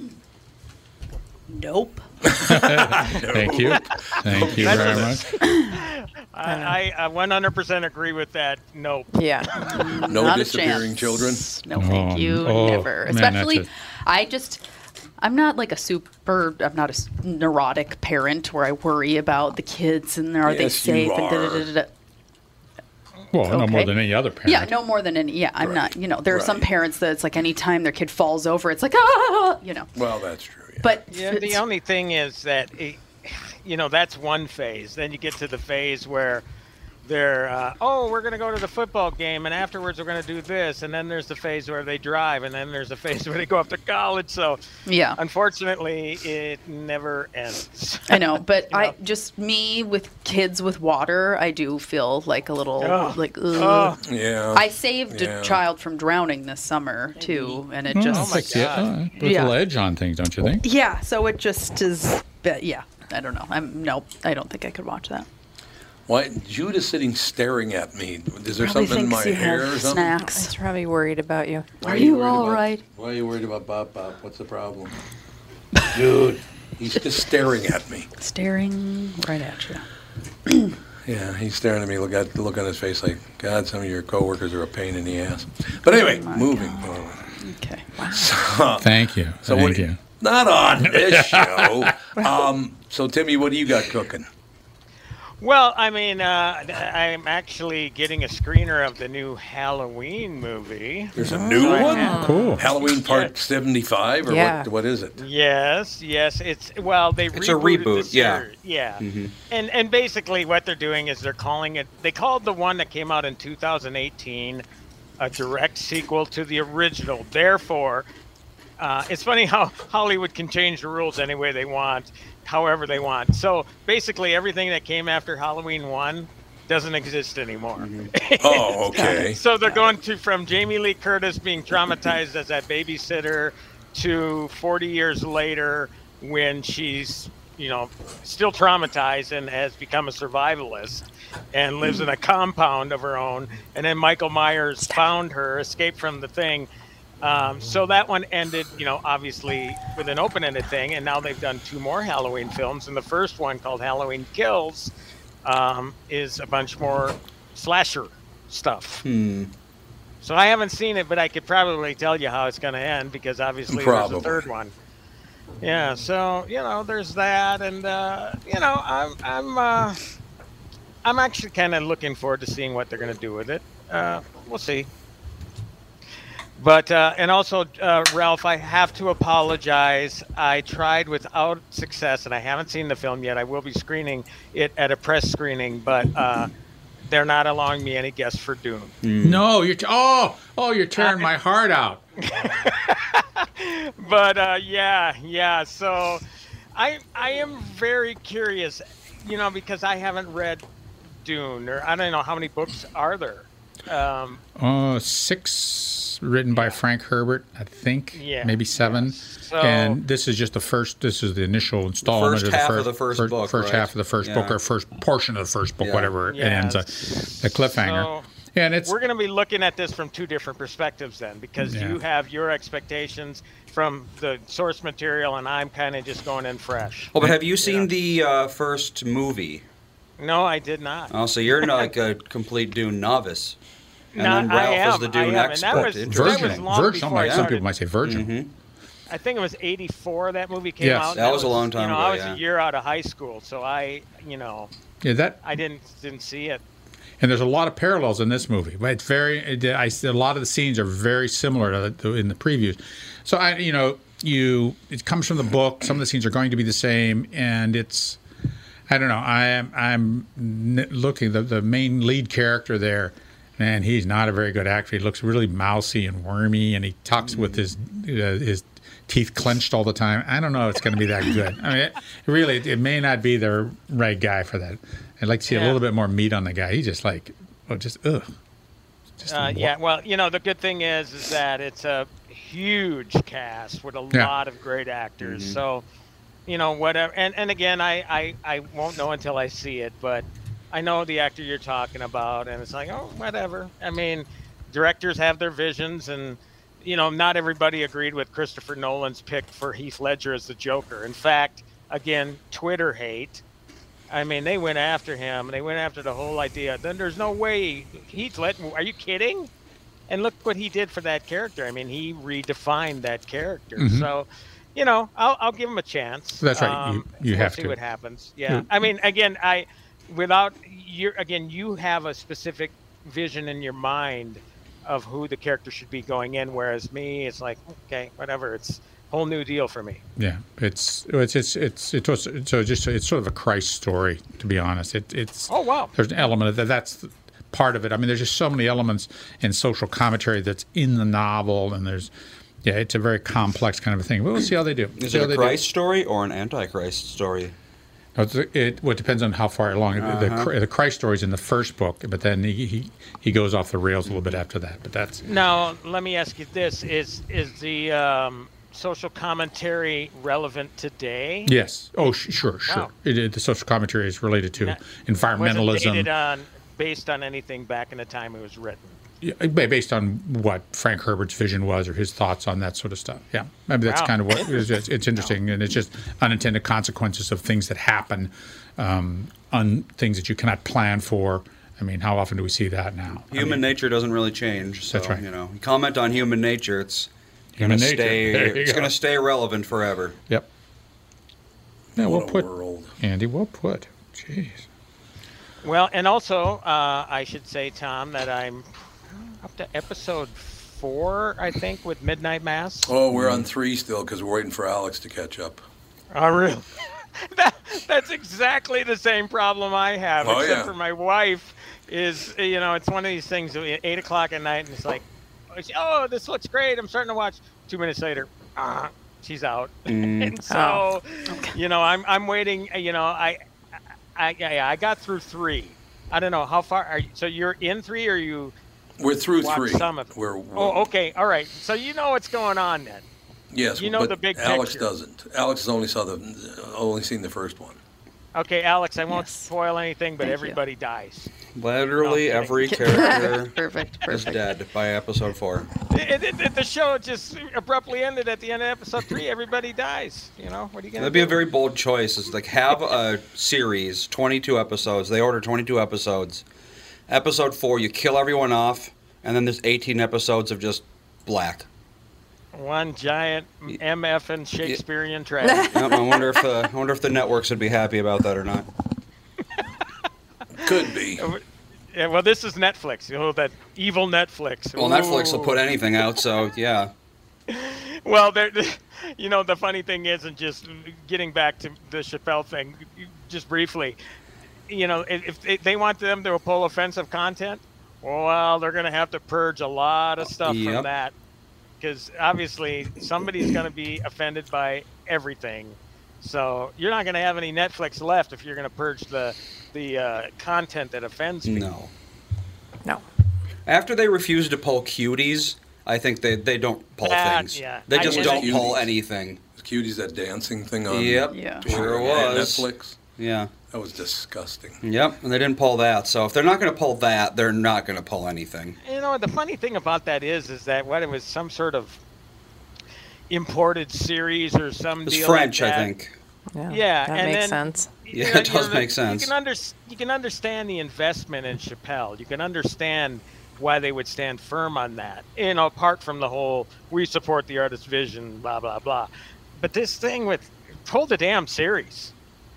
C: Nope.
B: Thank you. Thank you very much.
G: I, I, I 100% agree with that. Nope.
C: Yeah.
A: No
I: Not a
A: disappearing
I: chance.
A: children.
I: No, thank
B: Oh,
I: you.
B: oh,
I: never.
B: man, that's
I: Especially,
B: it.
I: I just, I'm not like a super, I'm not a s- neurotic parent where I worry about the kids and are they
B: Yes, you
I: safe and
B: are.
I: da, da, da, da, da.
B: Well, no more
I: Okay.
B: than any other parent.
I: Yeah, no more than any. Yeah, I'm not. You know, there are some
B: Right.
I: parents that it's like any time their kid falls over, it's like ah, you know.
A: Well, that's true.
I: But
G: Yeah, the only thing is that, it, you know, that's one phase. Then you get to the phase where they're, uh, oh, we're going to go to the football game, and afterwards we're going to do this. And then there's the phase where they drive, and then there's the phase where they go off to college. So,
I: Yeah.
G: unfortunately, it never ends.
I: I know, but I just me with kids with water, I do feel like a little
G: Ugh.
I: like. Ugh.
G: Ugh.
A: Yeah.
I: I saved
B: Yeah.
I: a child from drowning this summer too, and it
B: Oh, it's
I: just
B: like the- oh, put a
I: yeah.
B: little edge on things, don't you think?
I: yeah. So it just is. But yeah, I don't know. I'm nope. I don't think I could watch that.
A: Why Judah's sitting staring at me? Is there
C: Probably
A: something in my
C: thinks you
A: hair or
C: have
A: something?
C: snacks. He's probably worried about you.
A: Why Are you all right? Why are you worried about Bob Bob? What's the problem? Dude, he's just staring at me.
I: Staring right at you.
A: Yeah, he's staring at me. Look at the look on his face like, God, some of your coworkers are a pain in the ass. But anyway,
G: Oh
A: moving.
I: Okay.
B: Thank you.
A: So
B: Thank
A: what,
B: you.
A: Not on this show. um, so Timmy, what do you got cooking?
G: Well, I mean, uh, I'm actually getting a screener of the new Halloween movie.
A: There's a new
G: So Oh, I
A: one.
G: have-
B: Cool.
A: Halloween Part 75 or
G: Yeah.
A: what? What is it?
G: Yes, yes. It's well, they
A: It's a
G: rebooted the
A: reboot, yeah.
G: series, yeah.
A: Mhm.
G: And and basically what they're doing is they're calling it. They called the one that came out in 2018 a direct sequel to the original. Therefore, uh, it's funny how Hollywood can change the rules any way they want, however they want. So basically, everything that came after Halloween one doesn't exist anymore.
A: Oh, okay.
G: So they're going to from Jamie Lee Curtis being traumatized as a babysitter to 40 years later when she's, you know, still traumatized and has become a survivalist and lives in a compound of her own. And then Michael Myers found her, escaped from the thing. Um, so that one ended, you know, obviously with an open ended thing. And now they've done two more Halloween films. And the first one, called Halloween Kills, um, is a bunch more slasher stuff.
D: Hmm.
G: So I haven't seen it, but I could probably tell you how it's going to end because obviously
A: Probably.
G: there's a third one. Yeah, so you know, there's that, and uh, you know, I'm I'm uh, I'm actually kind of looking forward to seeing what they're going to do with it. Uh, we'll see. But uh, and also, uh, Ralph, I have to apologize. I tried without success, and I haven't seen the film yet. I will be screening it at a press screening, but uh, they're not allowing me any guests for Dune.
B: No, you're t- oh oh you're tearing my heart out.
G: but uh, yeah, yeah. So, I I am very curious, you know, because I haven't read Dune, or I don't know how many books are there. Um,
B: Oh, six written by Frank Herbert, I think.
G: Yeah,
B: Maybe seven.
G: So-
B: and this is just the first. This is the initial installment
D: First
B: of the
D: half
B: first
D: of the first book,
B: First
D: right?
B: half of the first book,
D: Yeah.
B: or first portion of the first book,
D: Yeah.
B: whatever it
G: Yeah,
B: ends. up. The cliffhanger.
G: So
B: and it's
G: we're going to be looking at this from two different perspectives then, because
B: Yeah.
G: you have your expectations from the source material, and I'm kind of just going in fresh.
D: Oh, but have you seen the uh, first movie?
G: No, I did not.
B: Uh,
D: Oh, so you're not like a complete Dune novice. And
G: No,
D: then
G: I
D: Ralph
G: am,
D: is the
G: I
D: Dune
G: am, and that
D: expert.
G: was- that was
D: Interesting.
G: long Virgin,
B: some,
G: before I
B: might- some
G: started.
B: people might say virgin.
G: I think it was '84 that movie came
B: Yes.
G: out.
B: That was a long
G: You
B: time
G: know,
B: ago,
G: I was
B: yeah.
G: a year out of high school, so I, you know,
B: Yeah, that
G: I didn't didn't see it.
B: and there's a lot of parallels in this movie, but it's very. It, I a lot of the scenes are very similar to, to in the previews. So I, you know, you it comes from the book. Some of the scenes are going to be the same, and it's. I don't know. I am. I'm n- looking the the main lead character there, and he's not a very good actor. He looks really mousy and wormy, and he talks with his uh, his teeth clenched all the time. I don't know. if It's going to be that good. I mean, it, really, it, may not be the right guy for that. I'd like to see a
G: Yeah.
B: little bit more meat on the guy. He's just like, oh, just ugh.
G: Uh, yeah, well, you know, the good thing is is that it's a huge cast with a
B: Yeah.
G: lot of great actors.
B: Mhm.
G: So, you know, whatever. And and again, I, I I won't know until I see it, but I know the actor you're talking about, and it's like, oh, whatever. I mean, directors have their visions, and you know, not everybody agreed with Christopher Nolan's pick for Heath Ledger as the Joker. In fact, again, Twitter hate. I mean, they went after him. They went after the whole idea. Then there's no way Heath Ledger. Are you kidding? And look what he did for that character. I mean, he redefined that character.
B: Mhm.
G: So, you know, I'll, I'll give him a chance. Um,
B: That's right. You- you
G: we'll
B: have
G: see
B: to.
G: what happens. Yeah.
B: Yeah.
G: I mean, again, I without you again, you have a specific vision in your mind of who the character should be going in, whereas me, it's like okay, whatever. It's a whole new deal for me.
B: Yeah, it's it's it's it's it was so just it's sort of a Christ story to be honest. It, it's
G: Oh, wow.
B: There's an element of that. That's the- part of it. I mean, there's just so many elements in social commentary that's in the novel, and there's yeah, it's a very complex kind of a thing. But we'll see how they do.
D: Is
B: See how
D: it
B: they
D: a
B: do.
D: Christ story or an Antichrist story?
B: No, it's- It well, it depends on how far along the,
D: Uh-huh.
B: the, the Christ story's in the first book, but then he, he he goes off the rails a little bit after that. But that's
G: Now, let me ask you this: Is is the um, social commentary relevant today?
B: Yes. Oh, sh- sure, sure.
G: Wow.
B: It, it- the social commentary is related to
G: Not-
B: environmentalism.
G: Wasn't dated uh, on, based on anything back in the time it was written.
B: Yeah, ba- based on what Frank Herbert's vision was or his thoughts on that sort of stuff. Yeah, I mean that's
G: Wow.
B: kind of what it's, just- it's interesting, and it's just unintended consequences of things that happen, um, on things that you cannot plan for. I mean, how often do we see that now?
D: Human nature doesn't really change. So,
B: That's right.
D: You know, you comment on human nature, it's going
B: Human
D: to
B: nature.
D: stay.
B: There you
D: It's
B: go.
D: going to stay relevant forever.
B: Yep. Yeah, well
D: What a
B: put,
D: world.
B: Andy. Well put. Jeez.
G: Well, and also, uh, I should say, Tom, that I'm up to episode four, I think, with Midnight Mass.
A: Oh, we're on three still because we're waiting for Alex to catch up.
G: Oh, really? That's exactly the same problem I have,
A: Oh,
G: except
A: yeah.
G: for my wife is, you know, it's one of these things, at 8 o'clock at night, and it's like, oh, this looks great. I'm starting to watch. Two minutes later, uh, she's out.
F: Mm.
G: and so, you know, I'm, I'm waiting, uh, you know, I, I, I, I got through three. I don't know how far are you, so you're in three or you
A: We're through
G: watched
A: three.
G: some of it?
A: We're,
G: Oh, okay. All right. So you know what's going on then.
A: Yes,
G: You know
A: but
G: the big
A: Alex
G: picture.
A: doesn't. Alex has only saw the only seen the first one.
G: Okay, Alex, I won't spoil anything, but
A: Thank you.
G: everybody dies.
D: Literally
G: No, I'm
D: every
G: kidding.
D: character
G: Perfect,
D: is
G: perfect.
D: dead by episode four.
G: It, it, it- the show just abruptly ended at the end of episode three. Everybody dies. You know what are you gonna
D: That'd be
G: do?
D: a very bold choice. Is like have a series, twenty-two episodes. They order twenty-two episodes. Episode four, you kill everyone off, and then there's eighteen episodes of just black.
G: one giant MF and Shakespearean tragedy.
D: Yep, I wonder if uh, I wonder if the networks would be happy about that or not.
A: Could be.
G: Yeah, well, this is Netflix. You know that evil Netflix.
D: Well, Netflix will
G: Ooh.
D: put anything out, so yeah.
G: Well, there, you know, the funny thing is, and just getting back to the Chappelle thing, just briefly, you know, if, if they- they want them to pull offensive content, well, they're going to have to purge a lot of stuff
D: Yep.
G: from that, because obviously somebody's going to be offended by everything. So you're not going to have any Netflix left if you're going to purge the the uh, content that offends people.
D: No. No. After they refuse to pull cuties, I think they, they don't pull
G: That-
D: things.
G: yeah.
D: They
G: I
D: just
G: guess-
D: don't pull
A: Cuties.
D: anything.
A: Is Cuties that dancing thing on
D: Yep.
A: Twitter
D: Sure
A: and
D: was.
A: Netflix.
D: Yeah.
A: That was disgusting.
D: Yep. And they didn't pull that. So if they're not going to pull that, they're not going to pull anything.
G: You know, the funny thing about that is, is that what it was some sort of imported series or some
D: It's
G: deal
D: French,
G: like
D: I
G: that.
D: think.
C: Yeah,
G: Yeah,
C: that
G: and
C: makes
G: then-
C: sense.
D: Yeah,
G: know,
D: it does
G: you-
D: make sense.
G: You can, under, you can understand the investment in Chappelle. You can understand why they would stand firm on that. You know, apart from the whole "we support the artist's vision," blah blah blah. But this thing with pull the damn series,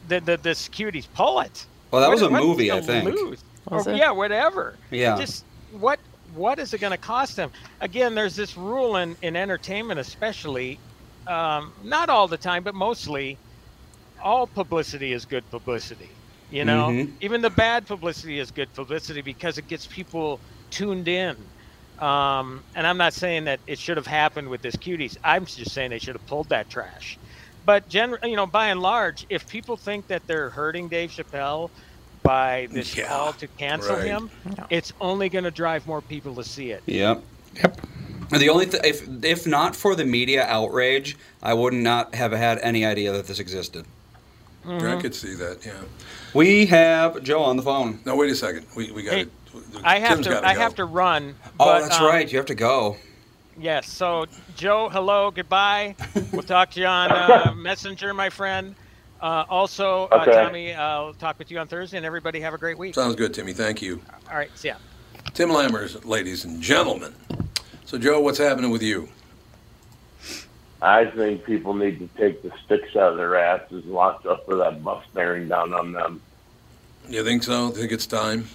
G: the the this cuties pull it.
D: Well, that
G: What-
D: was a
G: what is
D: movie,
G: to
D: I think.
G: lose?
D: Was
G: Or-
D: it?
G: Yeah, whatever.
D: Yeah.
G: Just what what is it going to cost them? Again, there's this rule in in entertainment, especially. Um, not all the time, but mostly all publicity is good publicity. You know,
F: Mhm.
G: even the bad publicity is good publicity because it gets people tuned in. Um, and I'm not saying that it should have happened with this cuties. I'm just saying they should have pulled that trash. But gen- you know, by and large, if people think that they're hurting Dave Chappelle by this call to cancel
D: right.
G: him, it's only going to drive more people to see it.
D: Yep. Yep. The only th- if if not for the media outrage, I would not have had any idea that this existed.
G: Mm-hmm.
A: I could see that. Yeah.
D: We have Joe on the phone.
A: No, wait a second. We we got
G: Hey,
A: to
G: I have
A: Tim's
G: to.
A: gotta
G: I
A: go.
G: have to run.
D: Oh,
G: but,
D: that's
G: um,
D: right. You have to go.
G: Yes. So, Joe, hello, goodbye. We'll talk to you on uh, Messenger, my friend. Uh, also, uh,
A: Okay.
G: Tommy, uh, I'll talk with you on Thursday, and everybody have a great week.
A: Sounds good, Timmy. Thank you.
G: All right. See ya.
A: Tim Lammers, ladies and gentlemen. So, Joe, what's happening with you?
J: I think people need to take the sticks out of their asses and lock up for that bus bearing down on them.
A: You think so? Think it's time?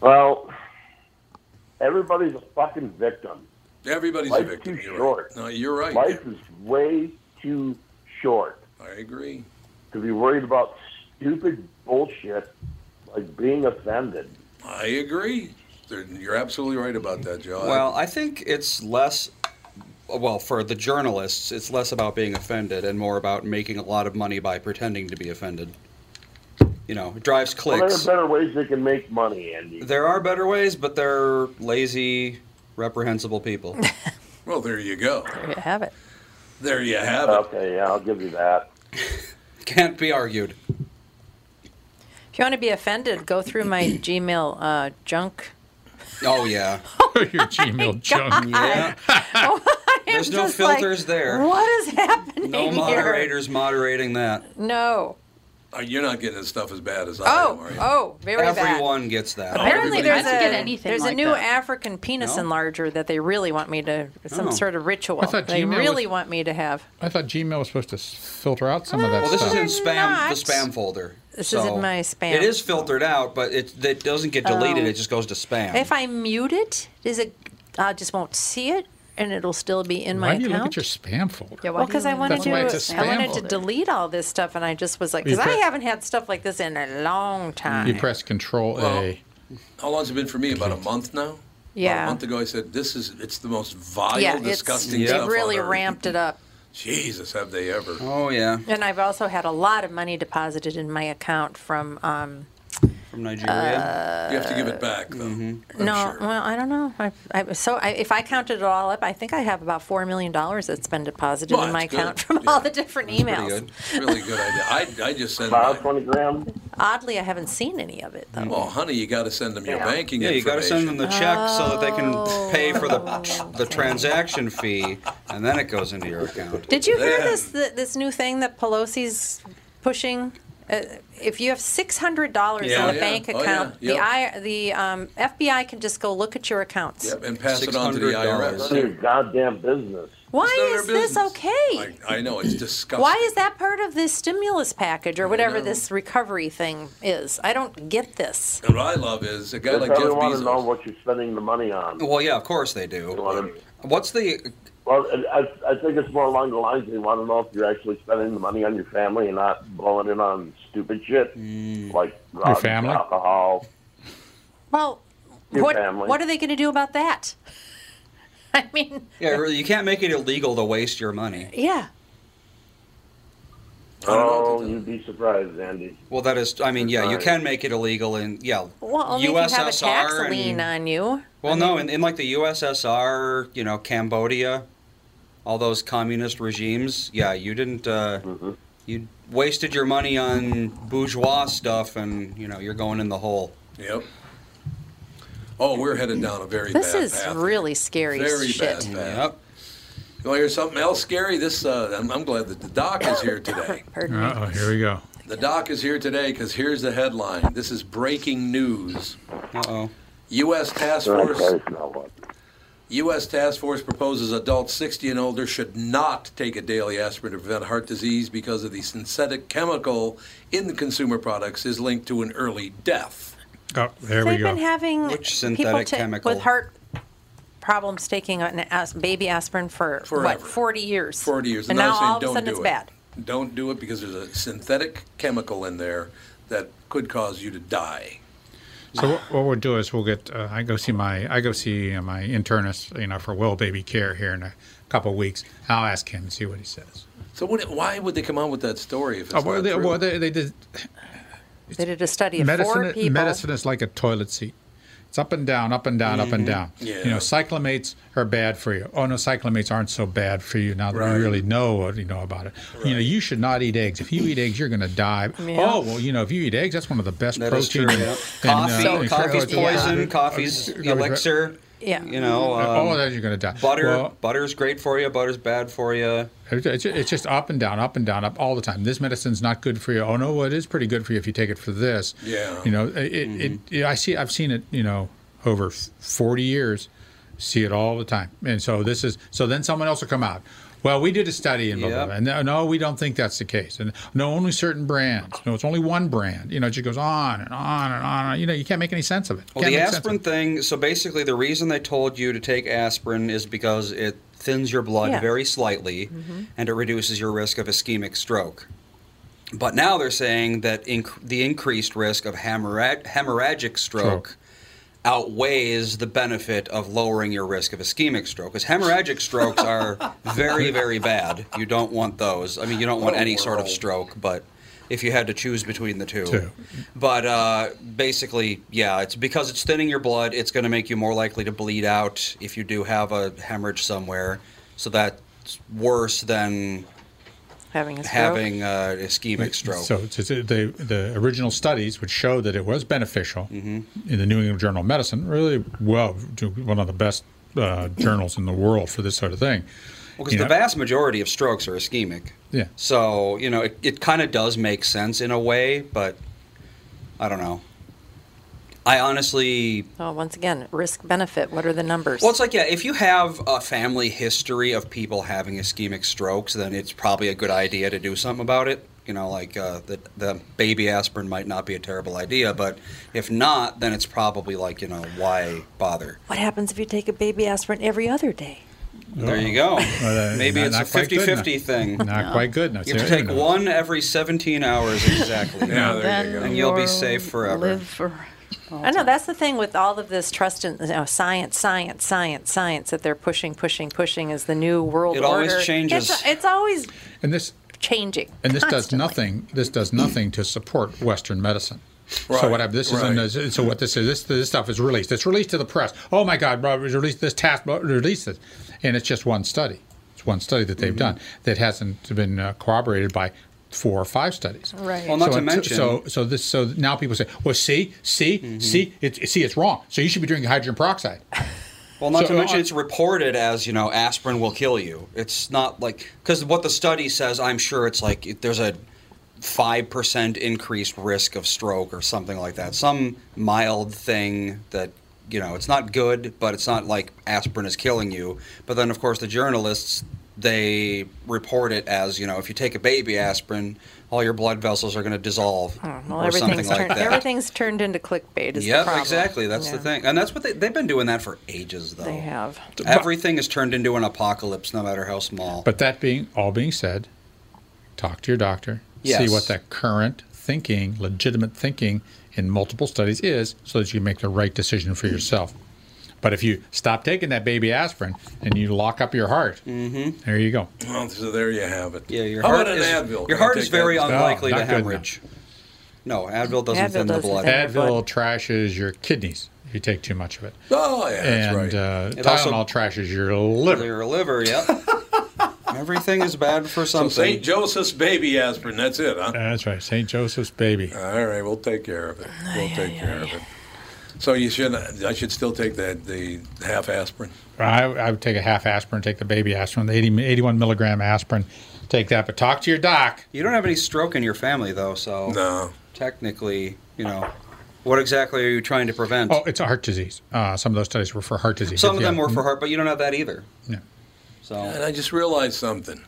J: Well, everybody's a fucking victim.
A: Everybody's
J: Life's
A: a victim.
J: Too
A: You're
J: short.
A: Right. No, you're right.
J: Life is way too short.
A: I agree.
J: To be worried about stupid bullshit like being offended.
A: I agree. There- You're absolutely right about that, Joe. I-
D: Well, I think it's less. Well, for the journalists, it's less about being offended and more about making a lot of money by pretending to be offended. You know, it drives
J: Well, there
D: clicks.
J: are better ways they can make money, Andy.
D: There are better ways, but they're lazy, reprehensible people.
A: Well, there you go.
C: There you have it.
A: There you have it.
J: Okay, yeah, I'll give you that.
D: Can't be argued.
C: If you want to be offended, go through my Gmail uh, junk.
D: Oh yeah.
B: Your Gmail junk.
D: Yeah. There's no
C: just like,
D: filters there.
C: What is happening
D: No
C: here?
D: moderators moderating that.
C: No.
A: Uh, You're not getting this stuff as bad as I am,
C: Oh,
A: are you?
C: oh, very bad.
D: Everyone gets that.
C: Apparently, there's
I: I
C: a
I: don't get anything
C: there's
I: like
C: a new
I: that.
C: African penis
B: No?
C: enlarger that they really want me to some
B: Oh.
C: sort of ritual.
B: I thought
C: they
B: Gmail
C: really
B: was-
C: want me to have.
B: I thought Gmail was supposed to s- filter out some of that
D: well, this
B: stuff.
D: is in spam
C: not.
D: the spam folder.
C: This is in
D: so
C: my spam.
D: It is filtered out, but it, it doesn't get deleted.
C: Oh.
D: It just goes to spam.
C: If I mute it, is it? I just won't see it, and it'll still be in
B: Why
C: my
B: do you look at
C: account.
B: your spam folder?
I: Yeah,
C: well, because I wanted
B: That's why it's
C: to,
B: a
C: I
B: spam
C: wanted to
B: folder.
C: delete all this stuff, and I just was like,
B: You
C: because I
B: press-
C: haven't had stuff like this in a long time.
B: You press Control A.
A: How long's it been for me? About a month now. About a
C: yeah,
A: month ago, I said this is it's the most vile,
C: yeah, it's
A: disgusting
C: they've
A: stuff.
C: really
A: on earth."
C: ramped it up.
A: Jesus, have they ever?
D: Oh yeah,
C: And I've also had a lot of money deposited in my account from. Um,
D: from
C: Uh,
D: Nigeria.
A: you have to give it back though.
D: mm-hmm.
A: Oh,
C: no, uh, well, I don't know. I, I, so I, if I counted it all up, I think I have about four million dollars that's been deposited
A: Well,
C: in my
A: that's good.
C: account from all the different
A: Pretty
C: emails.
A: good. Really good idea. I, I just send
J: About
A: my-
J: twenty grams.
C: Oddly, I haven't seen any of it.
A: Well, honey, you got to send them your
C: Yeah.
A: banking
D: Yeah, you got to send them the check so that they
C: Oh,
D: can pay for the the transaction fee, and then it goes into your account.
C: Did you hear this th- this new thing that Pelosi's pushing? Uh, if you have six hundred dollars
A: Yeah.
C: in a
A: Yeah.
C: bank
A: Oh, yeah.
C: account,
A: Yep.
C: the I, the um, FBI can just go look at your accounts.
A: Yep, and pass it on to the
J: $600.
A: IRS.
J: None of your goddamn business.
C: Why is this okay?
A: I know it's disgusting.
C: Why is that part of this stimulus package or whatever this recovery thing is? I don't get this.
A: And what I love is a guy
J: they
A: like
J: probably
A: Jeff
J: want to know
A: Bezos.
J: what you're spending the money on.
D: Well, yeah, of course they do. What's the?
J: Well, I, I- I think it's more along the lines they want to know if you're actually spending the money on your family and not blowing it on stupid shit
A: Mm.
J: like drugs,
B: family?
J: alcohol.
C: Well,
J: Your
C: what
J: family.
C: what are they going to do about that? I mean,
D: Yeah, really, you can't make it illegal to waste your money.
C: yeah.
J: Oh, you'd be surprised, Andy.
D: Well, that is. I mean, yeah, you
J: Right.
D: can make it illegal, and yeah,
C: Well, only if you have a tax
D: USSR and-
C: lien on you.
D: Well, no, in, in like the USSR, you know, Cambodia, all those communist regimes, yeah, you didn't, uh, you wasted your money on bourgeois stuff and, you know, you're going in the hole.
A: Yep. Oh, we're headed down a very
C: This
A: bad
C: is
A: path.
C: really scary
A: very
C: shit.
A: bad path. You want to hear something else scary? This uh, I'm, I'm glad that the doc is here today.
C: Pardon me.
B: Oh, here we go.
A: The doc is here today because here's the headline. This is breaking news.
D: Uh-oh.
A: U.S. Task
J: Right,
A: Force.
J: right, now what?
A: U.S. Task Force proposes adults 60 and older should not take a daily aspirin to prevent heart disease because of the synthetic chemical in the consumer products is linked to an early death.
B: Oh, there
C: They've
B: we go.
C: been having
A: Which
C: people
A: synthetic
C: ta-
A: chemical?
C: with heart problems taking an as- baby aspirin for
A: Forever.
C: what 40 years.
A: 40 years.
C: And
A: I'm
C: now
A: saying
C: all of a
A: don't
C: sudden
A: do
C: it's
A: it.
C: bad.
A: Don't do it because there's a synthetic chemical in there that could cause you to die.
B: So what, what we'll do is we'll get. Uh, I go see my I go see uh, my internist, you know, for well baby care here in a couple weeks. I'll ask him and see what he says.
A: So what, why would they come out with that story if it's
B: Oh, well,
A: not
B: they,
A: true?
B: well, they, they did
C: They did a study of four
B: medicine.
C: people.
B: Medicine is like a toilet seat. It's up and down, up and down, up and
A: Mhm.
B: down. You
A: Yeah.
B: know, cyclamates are bad for you. Oh no, cyclamates aren't so bad for you now that
A: Right.
B: you really know what you know about it. You know, you should not eat eggs. If you eat eggs, you're going to die.
D: Yeah.
B: Oh well, you know, if you eat eggs, that's one of the best
D: That is
B: protein. uh,
D: true, yeah. Coffee,
B: and
D: coffee's
B: carbohydrates.
D: poison, coffee's
B: Uh,
D: elixir,
C: Yeah.
D: you know. Um,
B: oh, then you're going to die.
D: Butter,
B: Well,
D: butter's great for you, butter's bad for you.
B: It's it's just, it's just up and down, up and down, up all the time. This medicine's not good for you. Oh no, well, it is pretty good for you if you take it for this.
A: Yeah.
B: You know, it, it,
D: Mm-hmm.
B: it I see. I've seen it. You know, over f- forty years, see it all the time. And so this is. So then someone else will come out. Well, we did a study and blah, blah,
D: Yep.
B: blah. And no, no, we don't think that's the case. And no, only certain brands. No, it's only one brand. You know, it just goes on and on and on. You know, you can't make any sense of it.
D: Well,
B: Can't
D: the
B: make sense of it.
D: aspirin thing. So basically, the reason they told you to take aspirin is because it thins your blood
B: Yeah.
D: very slightly,
B: Mhm.
D: and it reduces your risk of ischemic stroke. But now they're saying that inc- the increased risk of hemorrhag- hemorrhagic stroke outweighs the benefit of lowering your risk of ischemic stroke. Because hemorrhagic strokes are very, very bad. You don't want those. I mean, you don't want any sort of stroke, but if you had to choose between the two.
B: Two.
D: But uh, basically, yeah, it's because it's thinning your blood. It's going to make you more likely to bleed out if you do have a hemorrhage somewhere. So that's worse than
C: having a stroke.
D: having uh, ischemic stroke.
B: So, it's- it's- the the original studies would show that it was beneficial
D: Mm-hmm.
B: in the New England Journal of Medicine. Really, well, one of the best uh, journals in the world for this sort of thing.
D: Because
B: You
D: the
B: know-
D: vast majority of strokes are ischemic.
B: Yeah.
D: So, you know, it, it kind of does make sense in a way, but I don't know. I honestly.
C: Oh, once again, risk benefit. What are the numbers?
D: Well, it's like, yeah, if you have a family history of people having ischemic strokes, then it's probably a good idea to do something about it. You know, like uh, the, the baby aspirin might not be a terrible idea, but if not, then it's probably like, you know, why bother?
C: what happens if you take a baby aspirin every other day?
D: There you go.
B: Well, uh,
D: Maybe
B: not-
D: it's
B: not
D: a
B: quite
D: 50
B: good enough.
D: 50 thing.
B: Not quite good enough.
D: You have to
B: There you
D: take
B: go.
D: one every 17 hours exactly.
B: Yeah,
I: there you go.
D: And you'll be
I: you'll
D: safe forever.
I: Live for.
C: I know that's the thing with all of this trust in you know, science, science, science, science that they're pushing, pushing, pushing is the new world
B: It
C: order.
B: always changes.
C: It's, it's always
B: And this
C: changing.
B: and this does nothing. This does nothing to support Western medicine. So
A: Right,
B: what I, this
A: right.
B: is an- so what this is this this stuff is released. It's released to the press. Oh my God, Rob, release this task, blah, release this, and it's just one study. It's one study that they've
D: Mhm.
B: done that hasn't been uh, corroborated by four or five studies.
D: Right. Well, not to
B: it-
D: mention- Mm-hmm.
B: so so this so now people say, well, see, see, see, it, see, it's wrong. So you should be drinking hydrogen peroxide.
D: Well, not
B: So,
D: to mention
B: uh,
D: it's reported as you know aspirin will kill you. It's not like because what the study says, I'm sure it's like it- there's a five percent increased risk of stroke or something like that. Some mild thing that you know it's not good, but it's not like aspirin is killing you. But then of course the journalists they report it as you know if you take a baby aspirin, all your blood vessels are going to dissolve
C: Hmm, Well,
D: or something
C: everything's
D: like
C: turned,
D: that.
C: everything's turned into clickbait. Is the
D: Yep,
C: problem.
D: exactly. That's the
C: Yeah.
D: thing, and that's what they, they've been doing that for ages, though.
C: They have.
D: Everything is turned into an apocalypse, no matter how small.
B: But that being all being said, talk to your doctor.
D: Yes.
B: See what the current thinking, legitimate thinking in multiple studies is, so that you make the right decision for yourself. But if you stop taking that baby aspirin and you lock up your heart, mm-hmm. there you go.
A: Well, so there you have it. Yeah,
D: your
A: How
D: heart
A: about
D: is,
A: an Advil?
D: Your
A: Can
D: heart
A: I
D: is
A: take that
D: very
A: instead?
D: unlikely
B: No,
D: to
B: not good
D: hemorrhage. No, Advil doesn't thin the blood.
B: Advil trashes your kidneys if you take too much of it.
D: Oh, yeah, that's
B: and,
D: right.
B: uh,
D: It
B: Tylenol
D: also-
B: trashes your liver.
D: Your liver, yep. Everything is bad for
A: So
D: something.
A: St. Joseph's baby aspirin. That's it, huh?
B: That's right, St. Joseph's baby.
A: All right, we'll take care of it. We'll take care of it. So you should. I should still take that the half aspirin.
B: I, I would take a half aspirin, take the baby aspirin, the 80, 81 milligram aspirin, take that. But talk to your doc.
D: You don't have any stroke in your family, though, so
A: no.
D: Technically, you know, what exactly are you trying to prevent?
B: Oh, it's a heart disease. Uh, some of those studies were for heart disease.
D: Some of
B: Yeah. Mm-hmm.
D: them were for heart, but you don't have that either.
B: Yeah.
D: So
A: And I just realized something.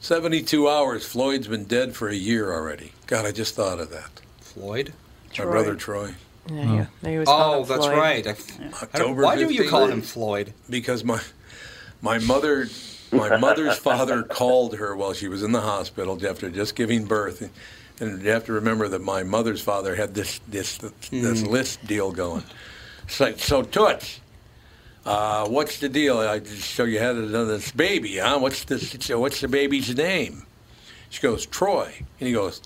A: Seventy-two hours. Floyd's been dead for a year already. God, I just thought of that.
D: Floyd.
A: My
D: Troy.
A: brother Troy.
D: Yeah, yeah. He was
A: oh,
D: Oh, called that's Floyd. right. I- I don't-
A: October
D: why do you
A: 15th?
D: call him Floyd?
A: Because my my mother my mother's father called her while she was in the hospital after just giving birth. And you have to remember that my mother's father had this this this
D: Mhm.
A: list deal going. It's like, so Toots, uh, what's the deal? I, so you had another this baby, huh? What's this? so What's the baby's name? She goes Troy, and he goes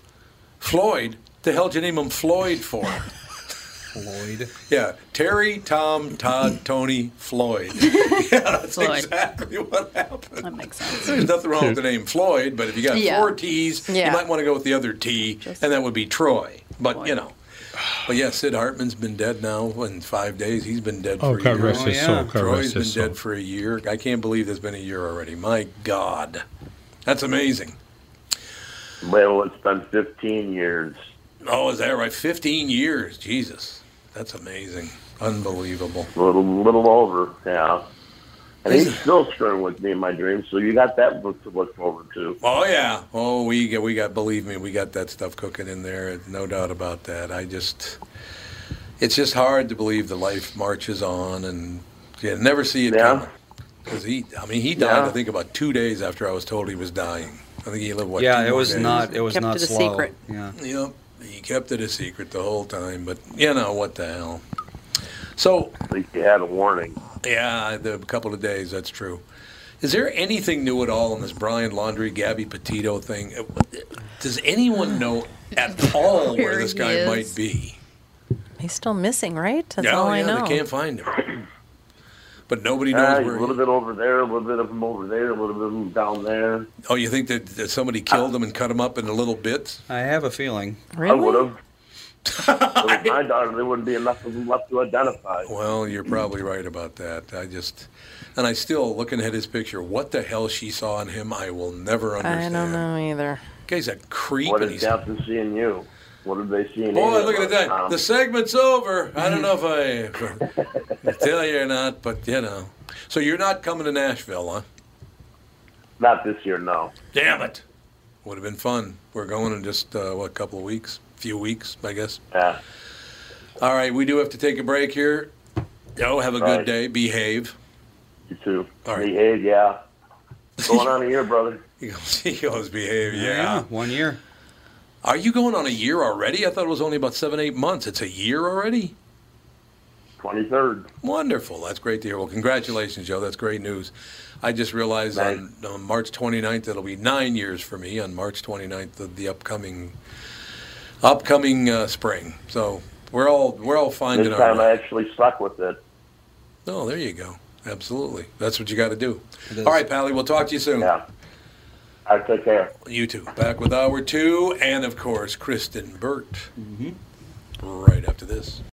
A: Floyd. The hell did you name him Floyd for?
D: Floyd.
A: Yeah, Terry, Tom, Todd, Tony, Floyd. yeah, that's
I: Floyd.
A: exactly what happened.
I: That makes sense.
A: There's nothing wrong with the name Floyd, but if you got
I: Yeah.
A: four T's, you
I: Yeah.
A: might want to go with the other T, and that would be Troy. But you know, but yeah, Sid Hartman's been dead now in five days. He's been dead
B: Oh,
A: for a
B: God
A: year.
B: rest his soul, God
A: Troy's
B: rest
A: been
B: his
A: dead for a year. I can't believe there's been a year already. My God, that's amazing.
J: Well, it's been 15 years.
A: Oh, is that right? Fifteen years, Jesus, that's amazing, unbelievable.
J: A little, little over, yeah. And he's still screwing with me in my dreams, so you got that book to look forward to.
A: Oh yeah. Oh, we get we got. Believe me, we got that stuff cooking in there. No doubt about that. I just, it's just hard to believe the life marches on, and you never see it coming. Because he, I mean, he died.
D: Yeah.
A: I think about two days after I was told he was dying. I think he lived what?
D: yeah,
A: two
D: it
A: more
D: was
A: days?
D: not. It was not slow. Yeah.
A: Yep. He kept it a secret the whole time, but you know what the hell. So
J: At least you had a warning.
A: yeah, the a couple of days. That's true. Is there anything new at all in this Brian Laundry, Gabby Petito thing? Uh, what- Does anyone know at all where
C: Where
A: this
C: he
A: guy
C: is.
A: might be?
C: He's still missing, right? That's
A: yeah, oh,
C: all
A: yeah,
C: I know.
A: they can't find him. But nobody
J: Ah,
A: knows
J: he's
A: where.
J: a
A: he-
J: little bit over there, a little bit of him over there, a little bit of him down there.
A: oh, you think that, that
C: Uh,
A: somebody killed him and cut him up into little bits?
D: I have a feeling.
J: I would have. With my daughter, there wouldn't be enough of them left to identify.
A: Well, you're probably right about that. I just, and I still looking at his picture. What the hell she saw in him, I will never
C: I
A: understand.
C: don't know either.
A: Guy's a creep.
J: What
A: and
J: did
A: he's-
J: Captain see in you? What did they see in you? Um,
A: Boy, look at that.
J: Tom?
A: The segment's over. I don't know if I, if I tell you or not, but you know. So you're not coming to Nashville, huh?
J: Not this year, no.
A: Damn it. Would have been fun. We're going in just, uh, what, a couple of weeks? few weeks, I guess.
J: Yeah.
A: All right, we do have to take a break here. Yo, have a
J: All
A: good
J: right.
A: day. Behave.
J: You too.
A: All right.
J: Behave, yeah. What's going on here, brother?
A: He goes, he goes behave, yeah.
J: Yeah,
A: One year. Are you going on a year already? I thought it was only about seven, eight months. It's a year already?
J: 23rd.
A: Wonderful. That's great to hear. Well, congratulations, Joe. That's great news. I just realized on, on March 29th, it'll be nine years for me on March 29th of the upcoming upcoming uh, spring. So we're all we're all finding
J: This
A: our
J: time I actually stuck with it.
A: Oh, there you go. Absolutely. That's what you got to do. All right, Pally, we'll talk to you soon. Yeah.
J: I take care.
A: You too. Back with hour two, and of course, Kristen Burt. Mm-hmm. Right after this.